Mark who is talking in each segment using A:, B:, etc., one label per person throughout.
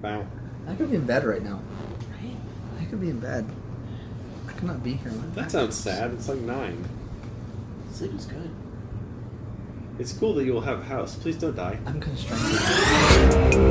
A: Bow.
B: I could be in bed right now.
C: Right?
B: I could be in bed. I could not be here.
A: That sounds sad. It's like nine.
C: Sleep is good.
A: It's cool that you will have a house. Please don't die.
B: I'm constrained.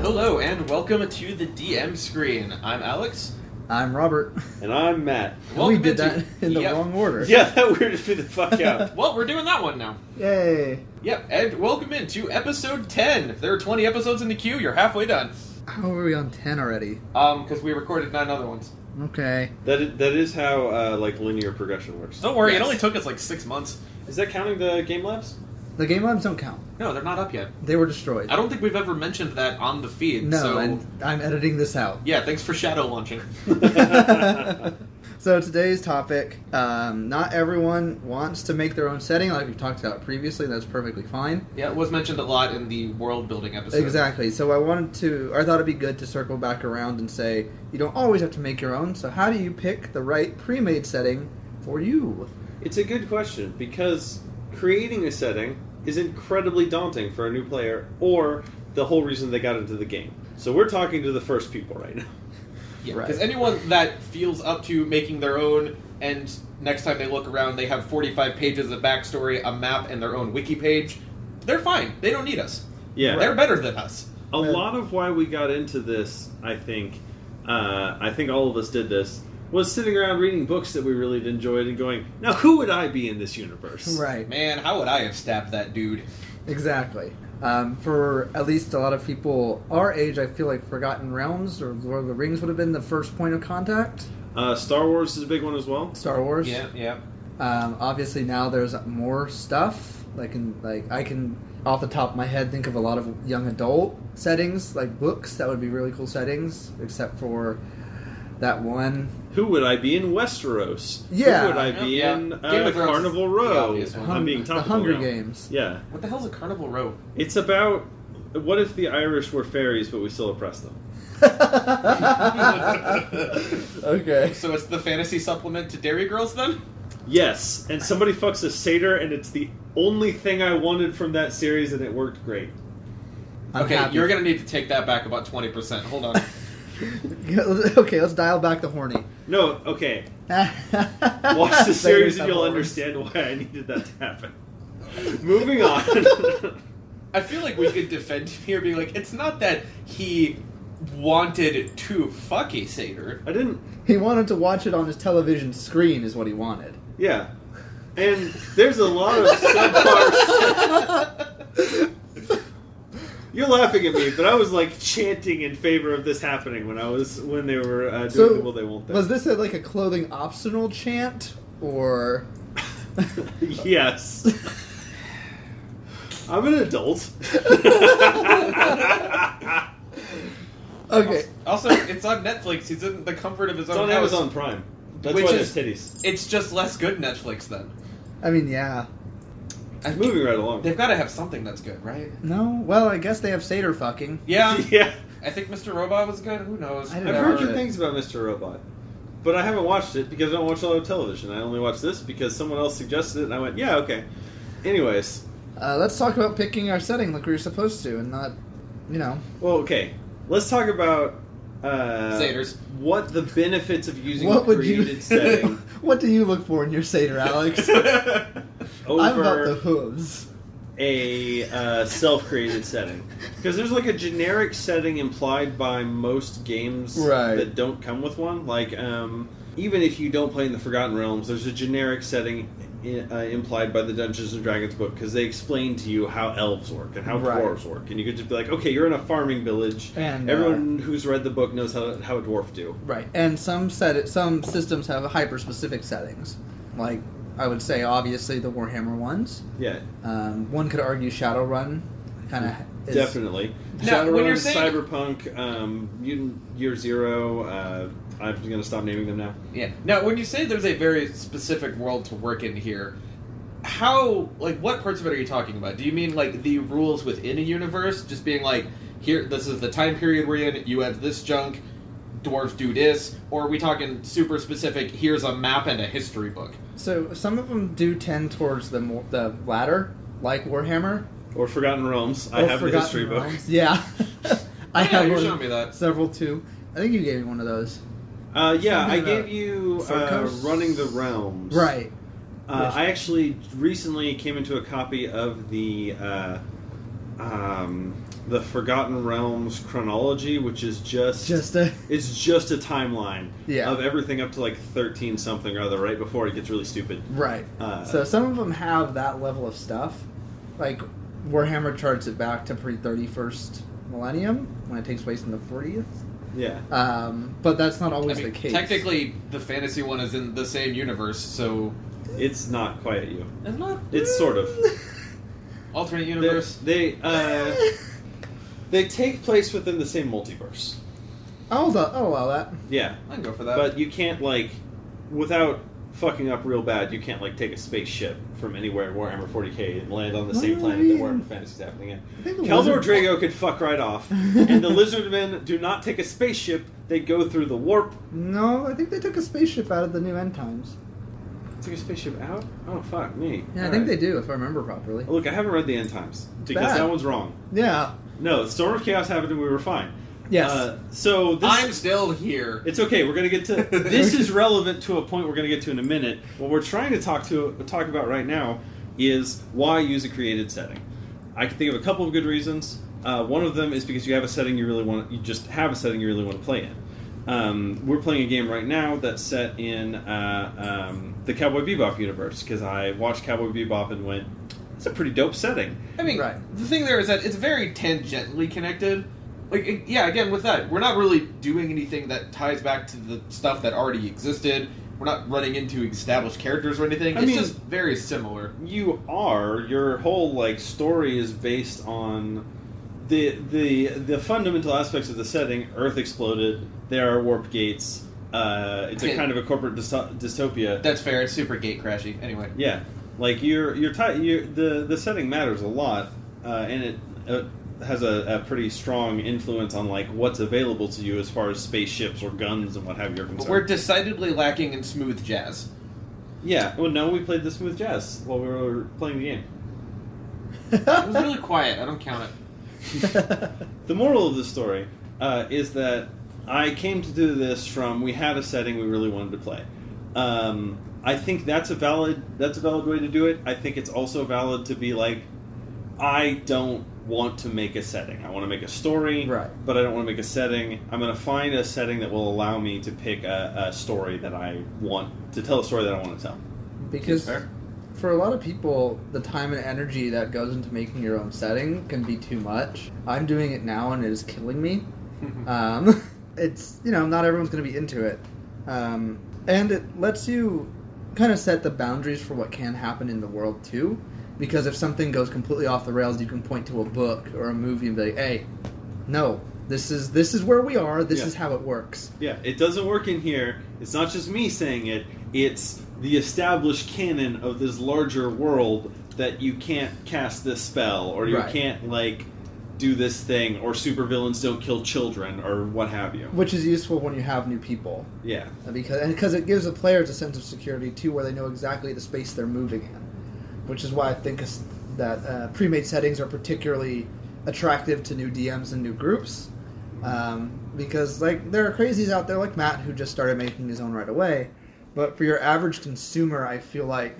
C: Hello and welcome to the DM screen. I'm Alex.
B: I'm Robert.
A: And I'm Matt.
C: Welcome
B: we did
C: into-
B: that in the
C: Yep.
B: wrong order.
A: Yeah, that weirded me the fuck out.
C: Well, we're doing that one now.
B: Yay.
C: Yep, and welcome into episode 10. If there are 20 episodes in the queue, you're halfway done.
B: How are we on 10 already?
C: Um, because we recorded nine other ones.
B: Okay.
A: that is, that is how uh, like linear progression works.
C: Don't worry, Yes. it only took us like six months.
A: Is that counting the game labs?
B: The game labs don't count.
C: No, they're not up yet.
B: They were destroyed.
C: I don't think we've ever mentioned that on the feed.
B: no,
C: so
B: and I'm editing this out.
C: yeah, thanks for shadow launching.
B: so today's topic um, not everyone wants to make their own setting like we've talked about previously that's perfectly fine
C: Yeah, it was mentioned a lot in the world building episode.
B: exactly so i wanted to i thought it'd be good to circle back around and say you don't always have to make your own so how do you pick the right pre-made setting for you
A: It's a good question because creating a setting is incredibly daunting for a new player or the whole reason they got into the game. So we're talking to the first people right now.
C: Yeah,
B: Right.
C: because anyone that feels up to making their own, and next time they look around, they have 45 pages of backstory, a map, and their own wiki page. They're fine. They don't need us.
A: Yeah.
C: They're better than us.
A: A
B: Yeah.
A: lot of why we got into this, I think, uh, I think all of us did this, was sitting around reading books that we really enjoyed and going, now who would I be in this universe?
B: right
C: Man, how would I have stabbed that dude?
B: Exactly. Um, for at least a lot of people our age, I feel like Forgotten Realms or Lord of the Rings would have been the first point of contact.
A: Uh, Star Wars is a big one as well.
B: Star Wars.
C: Yeah, yeah.
B: Um, obviously, now there's more stuff. Like, in, like I can off the top of my head think of a lot of young adult settings, like books. That would be really cool settings, except for that one.
A: Who would I be in Westeros?
B: Yeah.
A: Who would I be
C: Yeah.
A: in
C: Game
A: uh,
C: of Thrones is
A: Carnival
C: the
A: Row?
C: obvious one.
A: I'm being
B: the
A: topical
B: Hunger
A: now.
B: Games.
A: Yeah.
C: What the hell's a carnival rope?
A: It's about what if the Irish were fairies but we still oppress them?
B: okay.
C: So it's the fantasy supplement to Dairy Girls, then?
A: Yes, and somebody fucks a satyr and it's the only thing I wanted from that series and it worked great.
B: I'm
C: okay,
B: happy.
C: you're gonna need to take that back about 20%. Hold on.
B: okay, let's dial back the horny.
A: No, okay. Watch
B: Watch
A: the series and you'll understand why I needed that to happen. Moving on.
C: I feel like we could defend him here, being like, it's not that he wanted to fuck a satyr.
A: I didn't.
B: He wanted to watch it on his television screen, is what he wanted.
A: Yeah. And there's a lot of subpar. You're laughing at me, but I was like chanting in favor of this happening when I was when they were uh, doing
B: So,
A: the will they won't they.
B: was this a, like a clothing optional chant, or
A: yes. I'm an adult.
B: okay?
C: Also, it's on Netflix. He's in the comfort of his
A: it's
C: own
A: on
C: house.
A: Amazon Prime. That's
C: Which
A: why
C: is-
A: there's titties.
C: It's just less good Netflix then.
B: I mean, yeah,
C: I-
A: Moving right along.
C: They've got to have something that's good, right?
B: no. Well, I guess they have satyr fucking.
C: Yeah.
A: yeah.
C: I think Mr. Robot was good. Who knows?
B: I don't
A: I've
B: know.
A: heard
C: Whatever.
A: good
B: it.
A: things about Mr. Robot, but I haven't watched it because I don't watch a lot of television. I only watch this because someone else suggested it, and I went, "Yeah, okay." Anyways,
B: Uh, let's talk about picking our setting like we were supposed to, and not, you know,
A: well, okay, let's talk about uh,
C: Satyrs.
A: What the benefits of using
B: what
A: a
B: would
A: created
B: you?
A: setting
B: what do you look for in your satyr, Alex? I'm about the
A: over
B: hooves.
A: a uh, self-created setting? Because there's like a generic setting implied by most games
B: Right.
A: that don't come with one. Like, um, even if you don't play in the Forgotten Realms, there's a generic setting i- uh, implied by the Dungeons and Dragons book because they explain to you how elves work and how
B: Right.
A: dwarves work, and you could just be like, okay, you're in a farming village.
B: And, uh,
A: Everyone who's read the book knows how how a dwarf do.
B: Right, and some set some systems have hyper specific settings. Like I would say, obviously the Warhammer ones.
A: Yeah,
B: Um, one could argue Shadowrun, kind of
A: definitely.
C: Now, when
A: Shadowrun,
C: you're saying-
A: Cyberpunk, um, Mutant Year Zero. Uh, I'm gonna stop naming them now.
C: Yeah. Now, when you say there's a very specific world to work in here, how like what parts of it are you talking about? Do you mean like the rules within a universe, just being like here, this is the time period we're in. You have this junk. Dwarves do this, or are we talking super specific? Here's a map and a history book.
B: So some of them do tend towards the more, the latter, like Warhammer.
A: or Forgotten Realms. I
B: Or
A: have the
B: Forgotten
A: history
B: Realms. Yeah, I
C: yeah,
B: have
C: you
B: one-
C: showed me that.
B: several too. I think you gave me one of those.
A: book. Uh, yeah, I
B: Something
A: gave
B: about
A: you
B: Sword
A: uh,
B: Coast?
A: Running the Realms.
B: Right.
A: Uh, I actually recently came into a copy of the uh, um, the Forgotten Realms chronology, which is just,
B: Just a
A: it's just a timeline
B: Yeah.
A: of everything up to like thirteen something or other, right before it gets really stupid.
B: right.
A: Uh,
B: So some of them have that level of stuff. Like Warhammer charts it back to pre thirty first millennium when it takes place in the fortieth.
A: yeah,
B: Um, but that's not always
C: I mean,
B: the case.
C: Technically, the fantasy one is in the same universe, so
A: it's not quite you.
C: it's not.
A: It's sort of.
C: alternate
A: They're-
C: universe.
A: They uh, they take place within the same multiverse.
B: I'll, do- I'll allow oh, that.
A: Yeah,
C: I can go for that.
A: but you can't like without fucking up real bad. You can't like take a spaceship from anywhere in Warhammer 40k and land on the same
B: Well, I
A: planet that
B: mean-
A: Warhammer Fantasy's happening in.
B: I think the
A: Kaldor
B: wizard-
A: Drago could fuck right off, and the Lizardmen do not take a spaceship. They go through the warp.
B: No, I think they took a spaceship out of the new End Times.
A: Take a spaceship out? Oh fuck me!
B: Yeah, I think they do, if I remember properly.
A: Look, I haven't read the End Times because
B: bad.
A: that one's wrong.
B: Yeah.
A: No, Storm of Chaos happened and we were fine.
B: Yes.
A: Uh, so this,
C: I'm still here.
A: It's okay. We're gonna get to this is relevant to a point we're gonna get to in a minute. What we're trying to talk to talk about right now is why use a created setting. I can think of a couple of good reasons. Uh, one of them is because you have a setting you really want. You just have a setting you really want to play in. Um, we're playing a game right now that's set in uh, um, the Cowboy Bebop universe because I watched Cowboy Bebop and went, "It's a pretty dope setting."
C: I mean,
B: Right.
C: the thing there is that it's very tangentially connected. Like, it- yeah, again, with that, we're not really doing anything that ties back to the stuff that already existed. We're not running into established characters or anything.
A: I
C: it's
A: mean-
C: just very similar.
A: you are your whole like story is based on the the the fundamental aspects of the setting earth exploded there are warp gates uh, it's a kind of a corporate dysto- dystopia
C: That's fair. It's super gate crashy. Anyway,
A: yeah like your your ti- your the the setting matters a lot uh, and it, it has a, a pretty strong influence on like what's available to you as far as spaceships or guns and what have you are concerned
C: but we're decidedly lacking in smooth jazz.
A: yeah well no we played this with jess while we were playing the game
C: It was really quiet. I don't count it.
A: The moral of the story uh, is that I came to do this from we had a setting we really wanted to play. Um, I think that's a valid that's a valid way to do it. I think it's also valid to be like, I don't want to make a setting. I want to make a story,
B: Right.
A: but I don't want to make a setting. I'm going to find a setting that will allow me to pick a, a story that I want to tell a story that I want to tell.
B: because
C: Fair.
B: for a lot of people, the time and energy that goes into making your own setting can be too much. I'm doing it now and it is killing me. Um, it's, you know, not everyone's going to be into it. Um, and it lets you kind of set the boundaries for what can happen in the world, too. Because if something goes completely off the rails, you can point to a book or a movie and be like, hey, no, this is this is where we are. This
A: Yeah.
B: is how it works.
A: Yeah, it doesn't work in here. It's not just me saying it. It's the established canon of this larger world that you can't cast this spell or you
B: Right.
A: can't like do this thing or supervillains don't kill children or what have you.
B: Which is useful when you have new people.
A: Yeah.
B: because and because it gives the players a sense of security too, where they know exactly the space they're moving in, which is why I think is- that uh, pre-made settings are particularly attractive to new DMs and new groups, um, because like there are crazies out there like Matt who just started making his own right away, but for your average consumer, I feel like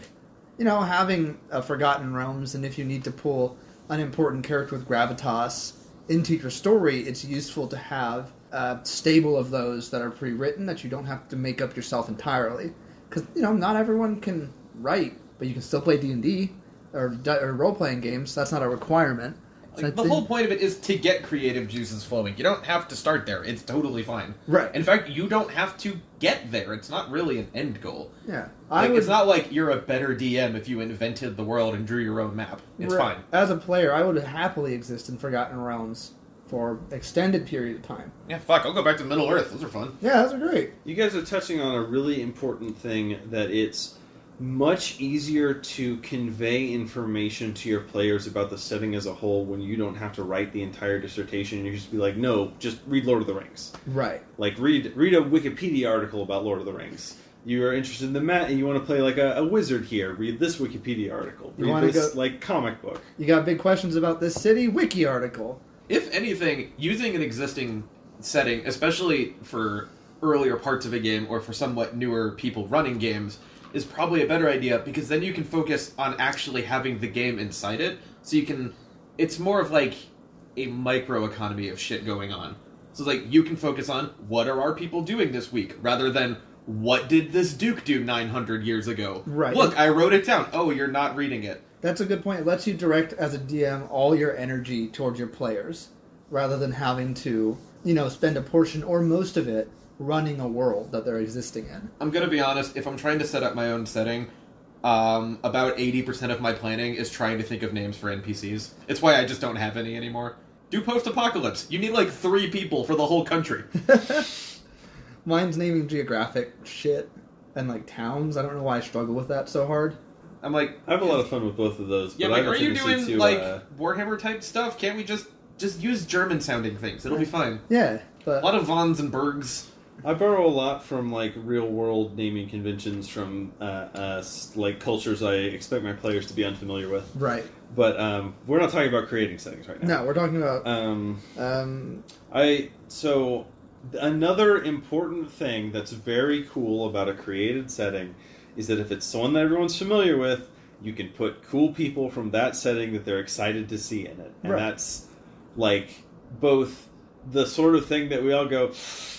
B: you know having a Forgotten Realms and if you need to pull an important character with gravitas into your story, it's useful to have a stable of those that are pre-written that you don't have to make up yourself entirely. Because you know, not everyone can write, but you can still play D and D or di- or role-playing games. That's not a requirement. So I
C: Like, the
B: think-
C: whole point of it is to get creative juices flowing. You don't have to start there. It's totally fine.
B: Right.
C: In fact, you don't have to get there. It's not really an end goal.
B: yeah,
C: Like, It's not like you're a better DM if you invented the world and drew your own map. It's
B: Right.
C: fine.
B: As a player, I would happily exist in Forgotten Realms for extended period of time.
C: Yeah, fuck. I'll go back to Middle Earth. Those are fun.
B: Yeah, those are great.
A: You guys are touching on a really important thing that it's much easier to convey information to your players about the setting as a whole when you don't have to write the entire dissertation. You just be like, "No, just read Lord of the Rings."
B: Right.
A: Like read read a Wikipedia article about Lord of the Rings. you are interested in the Met and you want to play like a, a wizard here, read this Wikipedia article.
B: You
A: Read
B: wanna
A: this
B: go-
A: like comic book.
B: You got big questions about this city? Wiki article.
C: If anything, using an existing setting, especially for earlier parts of a game or for somewhat newer people running games, is probably a better idea because then you can focus on actually having the game inside it. So you can. It's more of like a micro economy of shit going on. So, like, you can focus on what are our people doing this week rather than what did this Duke do 900 years ago?
B: Right.
C: Look, I wrote it down. Oh, you're not reading it.
B: That's a good point. It lets you direct as a DM all your energy towards your players rather than having to, you know, spend a portion or most of it running a world that they're existing in.
C: I'm gonna be honest. If I'm trying to set up my own setting, um, about eighty percent of my planning is trying to think of names for NPCs. It's why I just don't have any anymore. Do post-apocalypse. You need like three people for the whole country.
B: Mine's naming geographic shit and like towns. I don't know why I struggle with that so hard.
C: I'm like,
A: I have a lot of fun with both of those.
C: yeah,
A: but
C: like,
A: I don't
C: are you
A: think this
C: doing
A: needs to,
C: like
A: uh,
C: Warhammer type stuff? Can't we just just use German-sounding things? It'll be fine.
B: Yeah,
C: A
B: but
C: lot of Vons and Bergs.
A: I borrow a lot from like real world naming conventions from uh, uh, s- like cultures I expect my players to be unfamiliar with.
B: right.
A: But um, we're not talking about creating settings right now.
B: No, we're talking about
A: Um,
B: um
A: I so th- another important thing that's very cool about a created setting is that if it's someone that everyone's familiar with, you can put cool people from that setting that they're excited to see in it, and
B: Right.
A: that's like both the sort of thing that we all go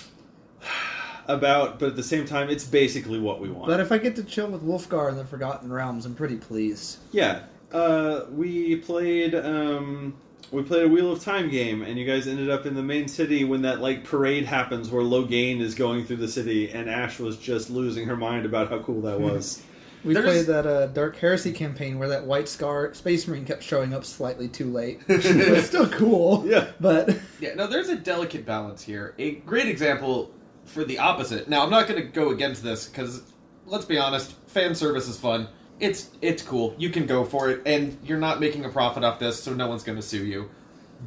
A: about, but at the same time, it's basically what we want.
B: but if I get to chill with Wolfgar in the Forgotten Realms, I'm pretty pleased.
A: Yeah, uh, we played um, we played a Wheel of Time game, and you guys ended up in the main city when that like parade happens, where Loghain is going through the city, and Ash was just losing her mind about how cool that was.
B: We
C: There's-
B: played that uh, Dark Heresy campaign where that White Scar Space Marine kept showing up slightly too late. it was still cool.
A: Yeah.
B: But
C: Yeah, no, there's a delicate balance here. A great example for the opposite. Now, I'm not going to go against this because, let's be honest, fan service is fun. It's it's cool. You can go for it, and you're not making a profit off this, so no one's going to sue you.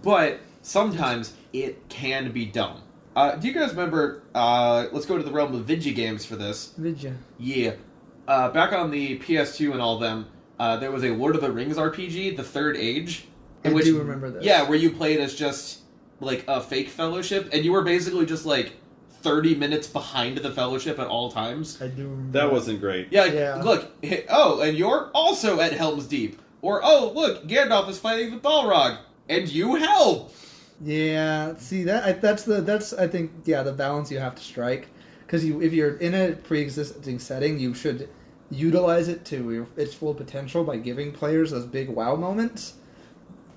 C: But sometimes it can be dumb. Uh, do you guys remember? Uh, let's go to the realm of Vigi games for this.
B: did you?
C: Yeah. Uh, back on the PS2 and all them, uh, there was a Lord of the Rings RPG, The Third Age.
B: I do remember this.
C: Yeah, where you played as just like a fake fellowship, and you were basically just like thirty minutes behind the fellowship at all times.
B: I do. Remember
A: That wasn't great.
C: Yeah, like,
B: Yeah.
C: look. eh, Oh, and you're also at Helm's Deep. Or oh, look, Gandalf is fighting the Balrog, and you help.
B: Yeah. See that? I, that's the. That's I think. Yeah, the balance you have to strike because you, if you're in a pre-existing setting, you should utilize it to your- its full potential by giving players those big wow moments.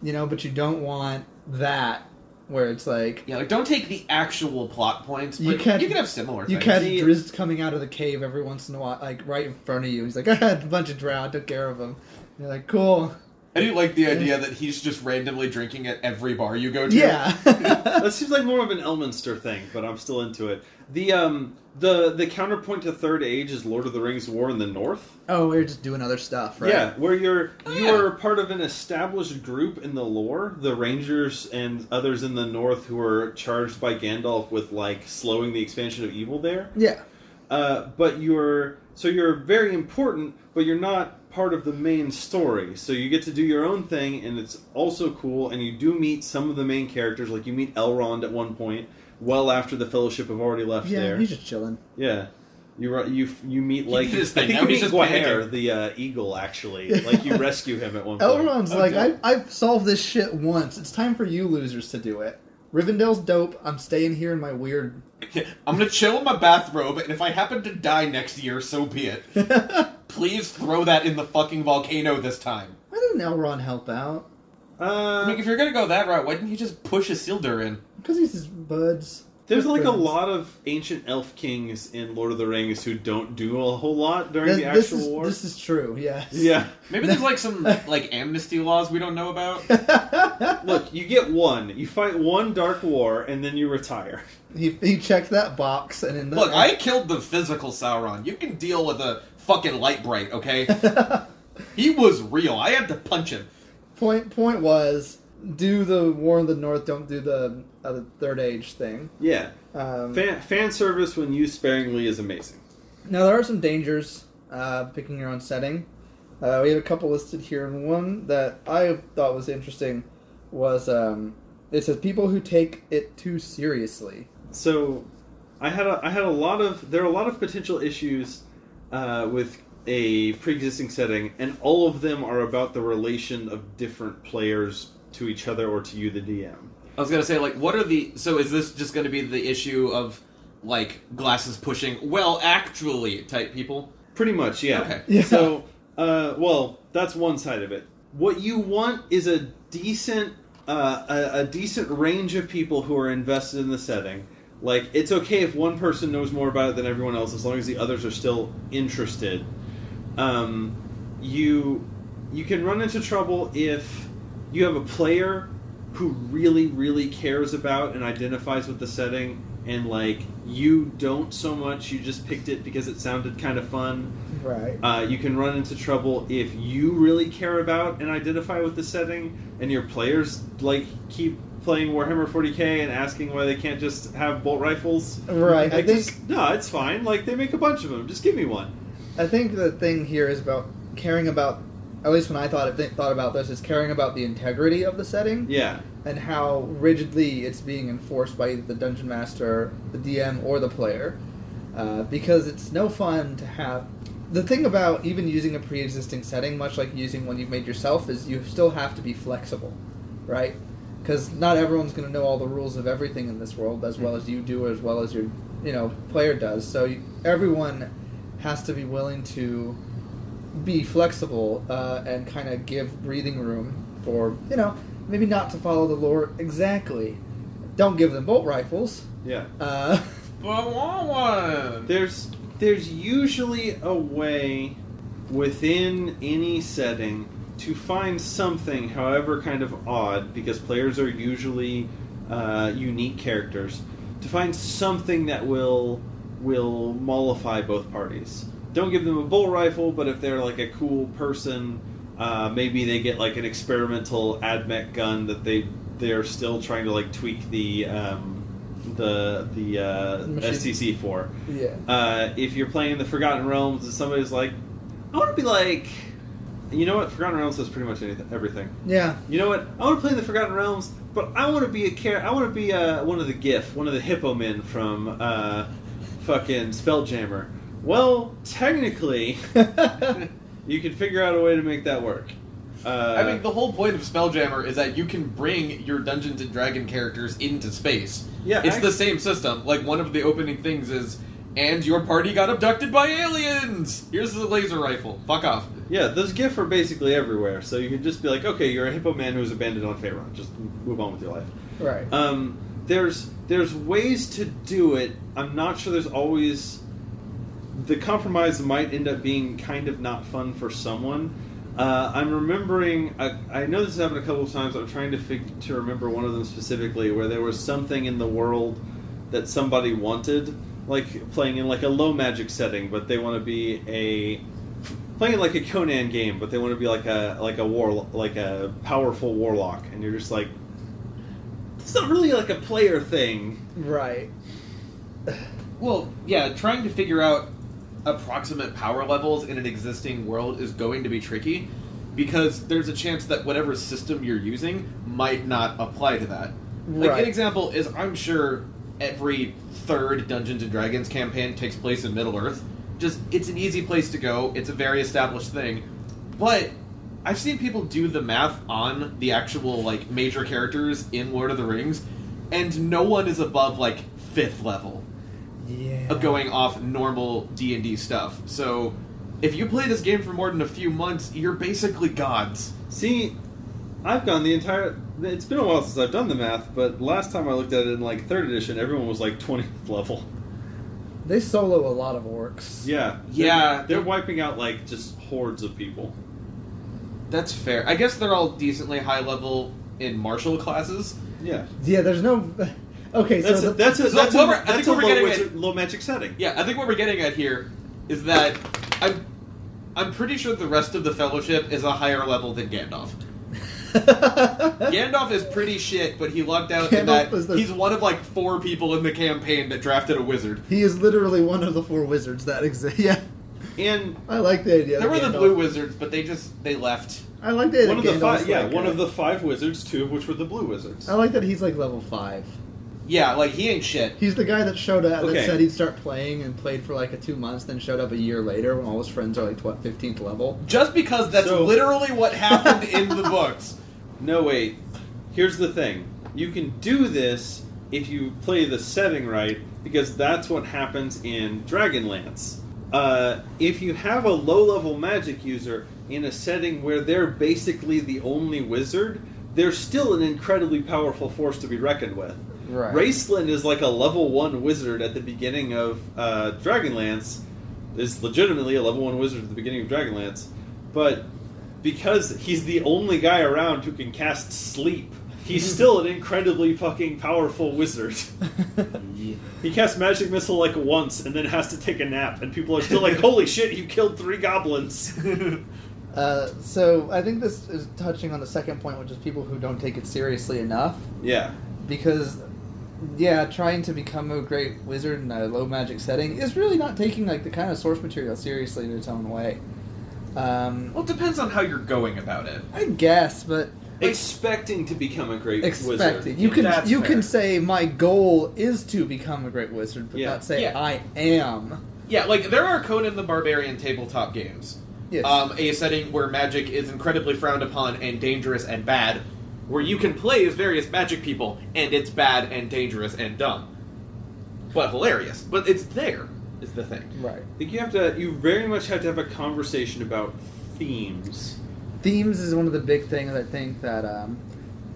B: You know, but you don't want that where it's like
C: Yeah, like don't take the actual plot points. But
B: You
C: you can
B: can't-
C: you can have similar.
B: You
C: things.
B: catch
A: See-
B: Drizzt coming out of the cave every once in a while, like right in front of you. He's like, I had a bunch of drow, took care of them. You're like, cool.
C: I do like the idea that he's just randomly drinking at every bar you go to.
B: Yeah.
A: that seems like more of an Elminster thing, but I'm still into it. The um the the counterpoint to Third Age is Lord of the Rings War in the North.
B: oh, we are just doing other stuff, right?
A: Yeah, where you're
C: Oh,
A: you
C: yeah.
A: are part of an established group in the lore, the Rangers and others in the north who are charged by Gandalf with like slowing the expansion of evil there.
B: Yeah.
A: Uh, but you're so you're very important, but you're not part of the main story. So you get to do your own thing, and it's also cool. And you do meet some of the main characters, like you meet Elrond at one point, well after the Fellowship have already left
B: Yeah,
A: there.
B: he's just chilling.
A: Yeah. You, ru- you you meet like
C: did his thing.
A: I think you
C: Now
A: meet
C: he's just
A: Guaher,
C: panicking.
A: the uh, eagle actually like you rescue him at one point. Um,
B: Elrond's like,
C: Okay.
B: I, I've solved this shit once. It's time for you losers to do it. Rivendell's dope. I'm staying here in my weird.
C: I'm gonna chill in my bathrobe, and if I happen to die next year, so be it. Please throw that in the fucking volcano this time.
B: Why didn't Elrond help out?
A: Uh,
C: I mean, if you're gonna go that route, why didn't you just push Isildur in?
B: Because he's his buds.
A: there's like a
B: friends.
A: lot of ancient elf kings in Lord of the Rings who don't do a whole lot during
B: This,
A: the
B: this
A: actual
B: is,
A: war.
B: this is true. Yes.
A: Yeah,
C: Maybe there's like some like amnesty laws we don't know about.
A: look, you get one. You fight one dark war and then you retire.
B: He, he checked that box and in the
C: Look, I killed the physical Sauron. You can deal with a fucking light bright, okay? he was real. I had to punch him.
B: Point point was do the War of the North, don't do the uh, the Third Age thing.
A: Yeah,
B: Um,
A: fan, fan service when used sparingly is amazing.
B: Now there are some dangers uh, picking your own setting. Uh, we have a couple listed here, and one that I thought was interesting was um, it says people who take it too seriously.
A: So, I had a, I had a lot of there are a lot of potential issues uh, with a pre-existing setting, and all of them are about the relation of different players to each other or to you, the DM.
C: I was gonna say, like, what are the? So is this just gonna be the issue of like glasses pushing? Well, actually, type people.
A: Pretty much, yeah.
C: Okay.
B: Yeah.
A: So, uh, well, that's one side of it. What you want is a decent, uh, a, a decent range of people who are invested in the setting. Like, it's okay if one person knows more about it than everyone else, as long as the others are still interested. Um, you, you can run into trouble if you have a player who really, really cares about and identifies with the setting, and like you don't so much. You just picked it because it sounded kind of fun.
B: Right.
A: Uh, you can run into trouble if you really care about and identify with the setting, and your players like keep playing Warhammer 40k and asking why they can't just have bolt rifles.
B: Right. I
A: Like,
B: think
A: just, no, it's fine. Like they make a bunch of them. Just give me one.
B: I think the thing here is about caring about. At least when I thought of th- thought about this, is caring about the integrity of the setting.
A: Yeah,
B: and how rigidly it's being enforced by the dungeon master, the DM, or the player, uh, because it's no fun to have. The thing about even using a pre-existing setting, much like using one you've made yourself, is you still have to be flexible, right? Because not everyone's going to know all the rules of everything in this world as well as you do, as well as your, you know, player does. So you, everyone has to be willing to be flexible uh, and kind of give breathing room for you know maybe not to follow the lore exactly. Don't give them bolt rifles.
A: yeah.
B: Uh,
C: But I want one.
A: There's there's usually a way within any setting to find something, however kind of odd, because players are usually uh, unique characters, to find something that will will mollify both parties. Don't give them a bolt rifle, but if they're like a cool person, uh, maybe they get like an experimental admech gun that they they're still trying to like tweak the um, the the uh,
B: Machine-
A: STC for
B: yeah.
A: uh, if you're playing the Forgotten Realms and somebody's like, I want to be like, you know what? Forgotten Realms does pretty much anything, everything.
B: Yeah.
A: You know what? I want to play in the Forgotten Realms, but I want to be a care. I want to be uh, one of the GIF, one of the hippo men from uh, fucking Spelljammer. Well, technically, you could figure out a way to make that work. Uh,
C: I mean, the whole point of Spelljammer is that you can bring your Dungeons and Dragon characters into space.
A: yeah,
C: It's
A: act-
C: the same system. Like one of the opening things is, and your party got abducted by aliens. Here's the laser rifle. Fuck off.
A: yeah. Those GIF are basically everywhere, so you can just be like, okay, you're a hippo man who was abandoned on Faerun. Just move on with your life.
B: Right.
A: um, there's there's ways to do it. I'm not sure there's always the compromise might end up being kind of not fun for someone. Uh, I'm remembering. I, I know this has happened a couple of times. I'm trying to fig- to remember one of them specifically, where there was something in the world that somebody wanted, like playing in like a low magic setting, but they want to be a playing like a Conan game, but they want to be like a like a war like a powerful warlock, and you're just like, it's not really like a player thing.
B: right.
C: Well, yeah, trying to figure out approximate power levels in an existing world is going to be tricky because there's a chance that whatever system you're using might not apply to that. Like
B: Right.
C: an example is I'm sure every third Dungeons and Dragons campaign takes place in Middle Earth. Just it's an easy place to go. It's a very established thing. But I've seen people do the math on the actual like major characters in Lord of the Rings and no one is above like 5th level
B: Yeah.
C: of going off normal D and D stuff. So, if you play this game for more than a few months, you're basically gods.
A: See, I've gone the entire. It's been a while since I've done the math, but last time I looked at it in like third edition, everyone was like 20th level.
B: They solo a lot of orcs.
A: Yeah. They're-
C: Yeah.
A: They're, wiping out like just hordes of people.
C: That's fair. I guess they're all decently high level in martial classes.
A: Yeah.
B: Yeah. There's no. Okay.
A: That's a,
B: so the-
A: that's a,
C: so
A: that's a,
C: what we're- I
A: that's
C: think
A: a
C: what we're
A: low,
C: getting
A: wizard, low magic setting.
C: Yeah, I think what we're getting at here is that I'm I'm pretty sure the rest of the Fellowship is a higher level than Gandalf. Gandalf is pretty shit, but he lucked out
B: Gandalf
C: in that
B: is the-
C: he's one of like four people in the campaign that drafted a wizard.
B: He is literally one of the four wizards that exist. Yeah,
A: And
B: I like the idea. that
C: there were the
B: Gandalf-
C: blue wizards, but they just they left.
B: I like the idea.
A: one of
B: that
A: the
B: Gandalf's
A: five, yeah,
B: like,
A: one
B: uh,
A: of the five wizards, two of which were the blue
C: Oh,
A: wizards.
B: I like that he's like level five.
C: Yeah, like he ain't shit.
B: He's the guy that showed up
A: Okay.
B: that said he'd start playing and played for like a two months, then showed up a year later when all his friends are like what fifteenth level.
C: Just because that's
A: So-
C: literally what happened in the books.
A: No, wait. Here's the thing. You can do this if you play the setting right, because that's what happens in Dragonlance. Uh, if you have a low level magic user in a setting where they're basically the only wizard, they're still an incredibly powerful force to be reckoned with.
B: Right.
A: Raceland is like a level one wizard at the beginning of uh, Dragonlance. Is legitimately a level one wizard at the beginning of Dragonlance, but because he's the only guy around who can cast sleep, he's still an incredibly fucking powerful wizard. He casts magic missile like once and then has to take a nap, and people are still like, "Holy shit, you killed three goblins!"
B: uh, so I think this is touching on the second point, which is people who don't take it seriously enough.
A: yeah,
B: because yeah trying to become a great wizard in a low magic setting is really not taking like the kind of source material seriously in its own way um,
C: Well, it depends on how you're going about it.
B: i guess but
A: expecting to become a great wizard.
B: expected you can
C: That's
B: you
C: fair.
B: can say my goal is to become a great wizard but
A: Yeah.
B: not say
C: Yeah.
B: i am
C: Yeah, like there are Conan the Barbarian tabletop games.
B: yes
C: um, a setting where magic is incredibly frowned upon and dangerous and bad, where you can play as various magic people and it's bad and dangerous and dumb, but hilarious. But it's there is the thing.
B: right
A: I think you have to. You very much have to have a conversation about themes.
B: themes is one of the big things i think that um,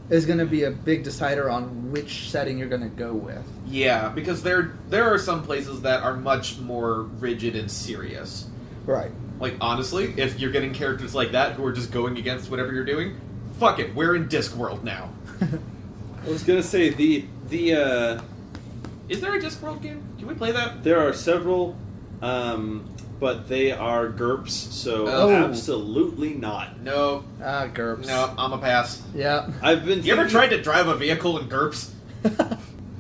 B: is going to be a big decider on which setting you're going to go with
C: Yeah, because there there are some places that are much more rigid and serious.
B: right
C: Like honestly, if you're getting characters like that who are just going against whatever you're doing, fuck it, we're in Discworld now.
A: I was gonna say the the uh,
C: Is there a Discworld game? Can we play that?
A: there are several, um, but they are GURPS, so
C: Oh.
A: absolutely not.
C: No,
B: ah gerps
C: no, I'm a pass.
B: yeah
A: I've been.
C: You ever
A: thinking-
C: tried to drive a vehicle in GURPS?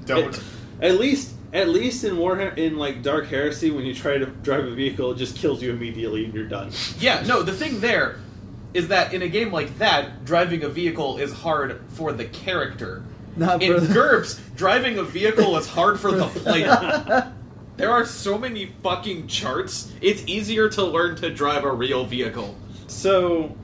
C: Don't.
A: At least, at least in War in like Dark Heresy, when you try to drive a vehicle, it just kills you immediately and you're done.
C: yeah, no, the thing there is that in a game like that, driving a vehicle is hard for the character.
B: not
C: In
B: for the-
C: GURPS, driving a vehicle is hard for the player. There are so many fucking charts, it's easier to learn to drive a real vehicle.
A: So,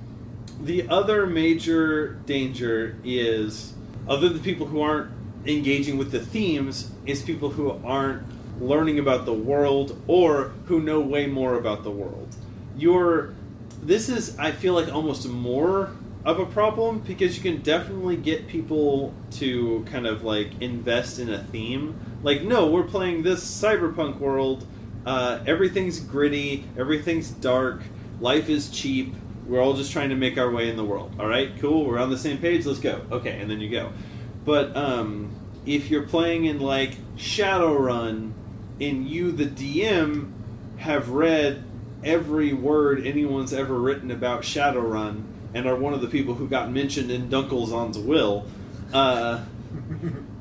A: the other major danger is, other than people who aren't engaging with the themes, is people who aren't learning about the world or who know way more about the world. You're, this is, I feel like, almost more of a problem because you can definitely get people to kind of like invest in a theme. Like, no, we're playing this cyberpunk world. Uh, everything's gritty, everything's dark, life is cheap. We're all just trying to make our way in the world. All right, cool. We're on the same page. Let's go. Okay, and then you go. But um, if you're playing in like Shadowrun, and you, the DM, have read every word anyone's ever written about Shadowrun, and are one of the people who got mentioned in Dunkelzon's will, uh,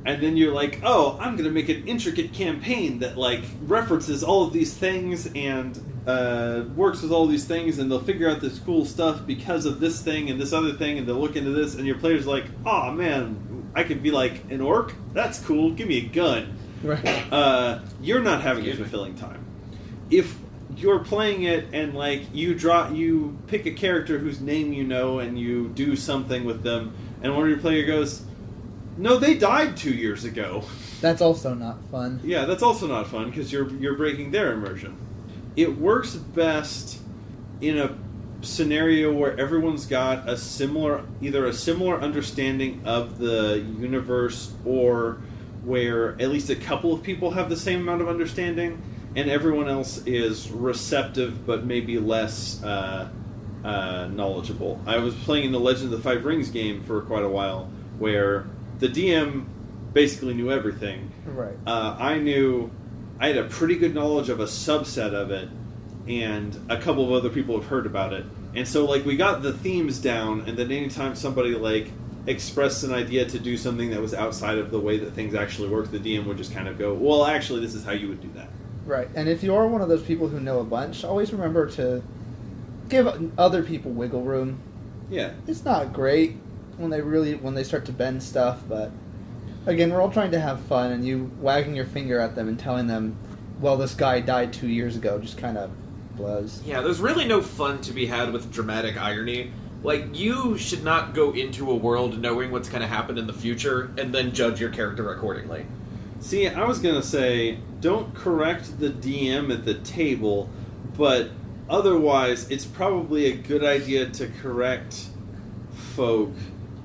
A: and then you're like, oh, I'm gonna make an intricate campaign that like references all of these things and uh, works with all these things, and they'll figure out this cool stuff because of this thing and this other thing, and they'll look into this, and your player's like, oh man, I could be like an orc. That's cool. Give me a gun.
B: Right.
A: Uh, you're not having a
C: Excuse me.
A: fulfilling time. If you're playing it and like you draw, you pick a character whose name you know, and you do something with them, and one of your player goes. No, they died two years ago.
B: That's also not fun.
A: Yeah, that's also not fun because you're you're breaking their immersion. It works best in a scenario where everyone's got a similar either a similar understanding of the universe or where at least a couple of people have the same amount of understanding and everyone else is receptive but maybe less uh, uh, knowledgeable. I was playing in the Legend of the Five Rings game for quite a while where the DM basically knew everything
B: Right.
A: uh, I knew I had a pretty good knowledge of a subset of it, and a couple of other people have heard about it. And so like we got the themes down, and then anytime somebody like expressed an idea to do something that was outside of the way that things actually work, the DM would just kind of go, "Well, actually, this is how you would do that."
B: Right. And if you're one of those people who know a bunch, always remember to give other people wiggle room.
A: Yeah,
B: It's not great when they really when they start to bend stuff, but again, we're all trying to have fun and you wagging your finger at them and telling them, "Well, this guy died 2 years ago." Just kind of blows.
D: Yeah, there's really no fun to be had with dramatic irony. Like, you should not go into a world knowing what's going to happen in the future and then judge your character accordingly.
A: See, I was gonna say, don't correct the DM at the table, but otherwise, it's probably a good idea to correct folk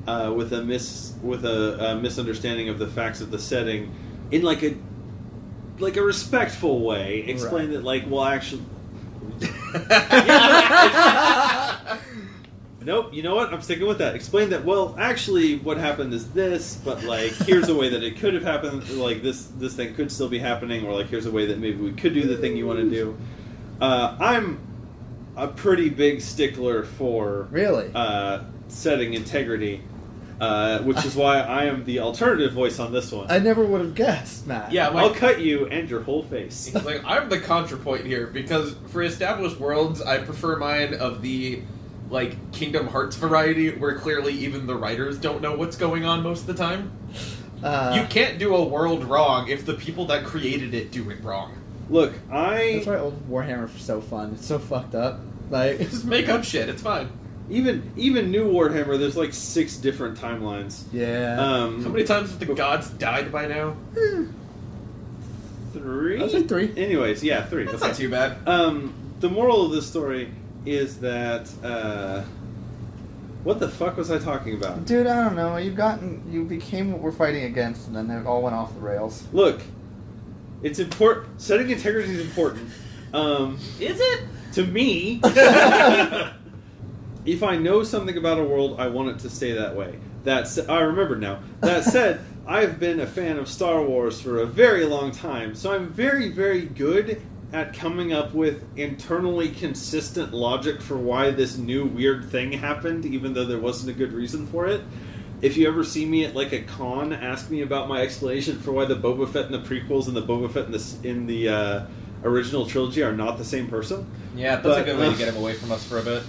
A: uh, with a mis with a, a misunderstanding of the facts of the setting in like a like a respectful way. Explain that, like, well, actually. Nope, you know what? I'm sticking with that. Explain that. Well, actually, what happened is this, but like, here's a way that it could have happened. Like this, this thing could still be happening, or like, here's a way that maybe we could do the thing you want to do. Uh, I'm a pretty big stickler for
B: Really?
A: uh, setting integrity, uh, which is why I am the alternative voice on this one.
B: I never would have guessed, Matt.
C: Yeah,
A: I'll
C: like,
A: cut you and your whole face.
C: like I'm the contrapoint here because for established worlds, I prefer mine of the like Kingdom Hearts variety, where clearly even the writers don't know what's going on most of the time.
B: Uh,
C: you can't do a world wrong if the people that created it do it wrong.
A: Look, I
B: That's why old Warhammer is so fun. It's so fucked up. Like
C: Just make up shit. It's fine.
A: even even new Warhammer. There's like six different timelines.
B: yeah.
A: Um,
C: How many times have the gods died by now?
A: Three.
B: I'd say three.
A: Anyways, yeah, three.
C: That's
A: okay.
C: not too bad.
A: Um, the moral of this story is that uh, what the fuck was I talking about?
B: Dude, I don't know. You've gotten, you became what we're fighting against, and then it all went off the rails.
A: Look, it's important. Setting integrity is important. Um,
D: Is it?
A: to me, if I know something about a world, I want it to stay that way. That's I remember now. That said, I've been a fan of Star Wars for a very long time, so I'm very, very good at coming up with internally consistent logic for why this new weird thing happened, even though there wasn't a good reason for it. If you ever see me at like a con, ask me about my explanation for why the Boba Fett in the prequels and the Boba Fett in the s- in the uh, original trilogy are not the same person.
C: Yeah, that's a
A: But,
C: good way
A: uh,
C: to get him away from us for a bit.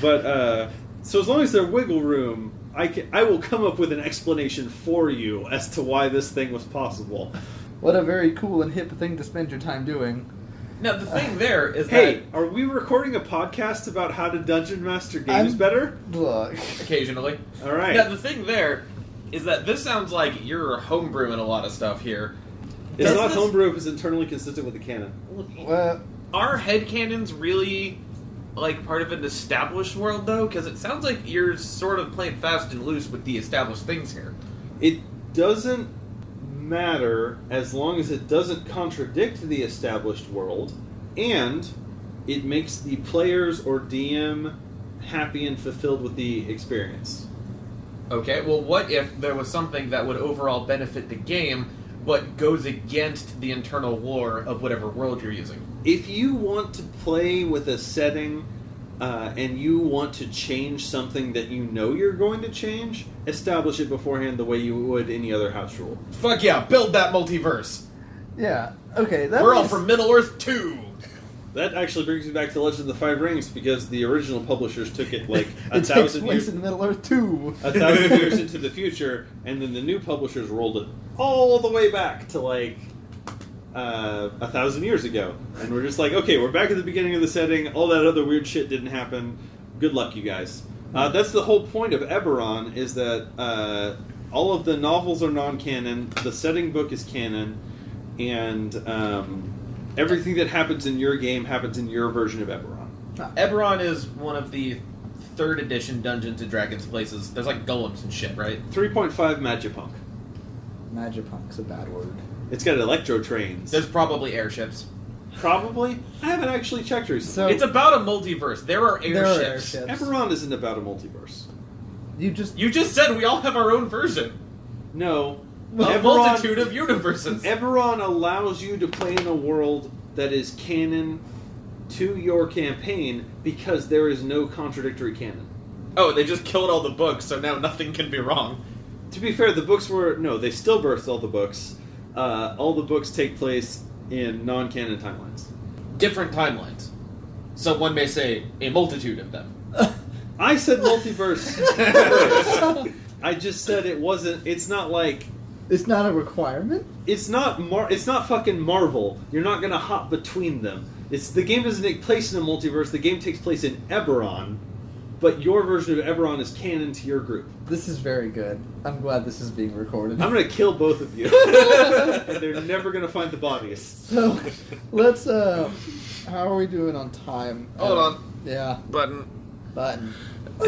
A: But uh, so as long as there's wiggle room, I can, I will come up with an explanation for you as to why this thing was possible.
B: What a very cool and hip thing to spend your time doing.
C: Now the thing there is
A: Hey,
C: that
A: are we recording a podcast about how to dungeon master games
B: I'm-
A: better?
B: Look.
C: occasionally.
A: All right.
C: Now the thing there is that this sounds like you're homebrewing a lot of stuff here.
A: it's
C: does
A: not
C: this-
A: homebrew if it's internally consistent with the canon.
B: Well,
D: Are headcanons really like part of an established world though? Because it sounds like you're sort of playing fast and loose with the established things here.
A: It doesn't matter as long as it doesn't contradict the established world and it makes the players or DM happy and fulfilled with the experience.
C: Okay, well, what if there was something that would overall benefit the game, but goes against the internal lore of whatever world you're using?
A: if you want to play with a setting uh, and you want to change something that you know you're going to change, establish it beforehand the way you would any other house rule.
C: Fuck yeah, build that multiverse.
B: yeah. Okay. That
C: We're all
B: was-
C: from Middle Earth Two.
A: That actually brings me back to Legend of the Five Rings because the original publishers took it like a
B: It takes
A: thousand
B: place
A: years,
B: in Middle Earth Two.
A: a thousand years into the future, and then the new publishers rolled it all the way back to like uh, a thousand years ago. And we're just like, okay, we're back at the beginning of the setting. All that other weird shit didn't happen. Good luck, you guys. Uh, that's the whole point of Eberron is that uh, all of the novels are non-canon. The setting book is canon, and um, everything that happens in your game happens in your version of Eberron.
C: Eberron is one of the third edition Dungeons and Dragons places. There's like golems and shit, right?
A: Three point five Magipunk.
B: Magipunk's a bad word.
A: It's got electro trains.
C: There's probably airships.
A: Probably. I haven't actually checked recently.
B: So-
C: It's about a multiverse. There are airships.
B: There are airships.
A: Eberron isn't about a multiverse.
B: You just.
C: You just said we all have our own version.
A: No.
C: A
A: Eberron-
C: multitude of universes.
A: Eberron allows you to play in a world that is canon to your campaign because there is no contradictory canon.
C: Oh, they just killed all the books, so now nothing can be wrong.
A: To be fair, the books were no, they still birthed all the books. Uh, all the books take place in non-canon timelines.
E: Different timelines. So one may say a multitude of them.
A: I said multiverse. first. I just said it wasn't. It's not like
B: It's not a requirement.
A: it's not Mar- It's not fucking Marvel. You're not gonna hop between them. It's the game doesn't take place in a multiverse. The game takes place in Eberron, but your version of Eberron is canon to your group.
B: This is very good. I'm glad this is being recorded.
A: I'm gonna kill both of you, and they're never gonna find the bodies.
B: So let's. uh How are we doing on time?
C: Hold
B: Uh,
C: on.
B: Yeah,
C: Button.
B: button.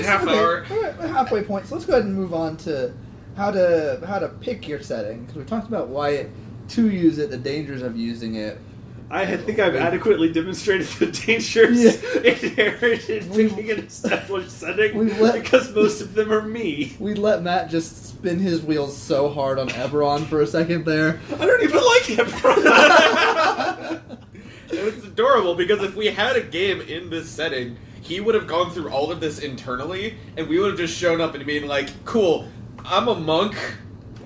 C: Half
B: okay,
C: hour.
B: we're at halfway point. So let's go ahead and move on to how to how to pick your setting because we talked about why it, to use it, the dangers of using it.
A: I had- think I've adequately demonstrated the dangers
B: Yeah.
A: inherent in
B: We've-
A: picking an established setting
B: we've let-
A: because most of them are me.
B: We let Matt just spin his wheels so hard on Eberron for a second there.
A: I don't even like Eberron.
C: It's adorable because if we had a game in this setting, he would have gone through all of this internally, and we would have just shown up and been like, "Cool, I'm a monk.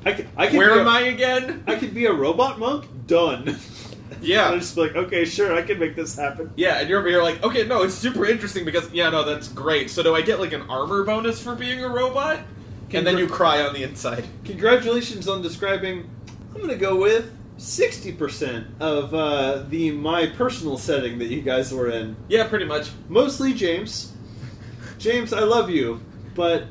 A: I can, I can
C: Where
A: be
C: am
A: a-
C: I again?"
A: I could be a robot monk? Done. I'm
C: Yeah,
A: just like, okay, sure, I can make this happen.
C: yeah. And you're over here like, "Okay, no, it's super interesting because yeah, no, that's great. So do I get like an armor bonus for being a robot?" And then you cry on the inside.
A: Congratulations on describing. I'm gonna go with 60% of uh, the my personal setting that you guys were in.
C: Yeah, pretty much.
A: Mostly James. James, I love you, but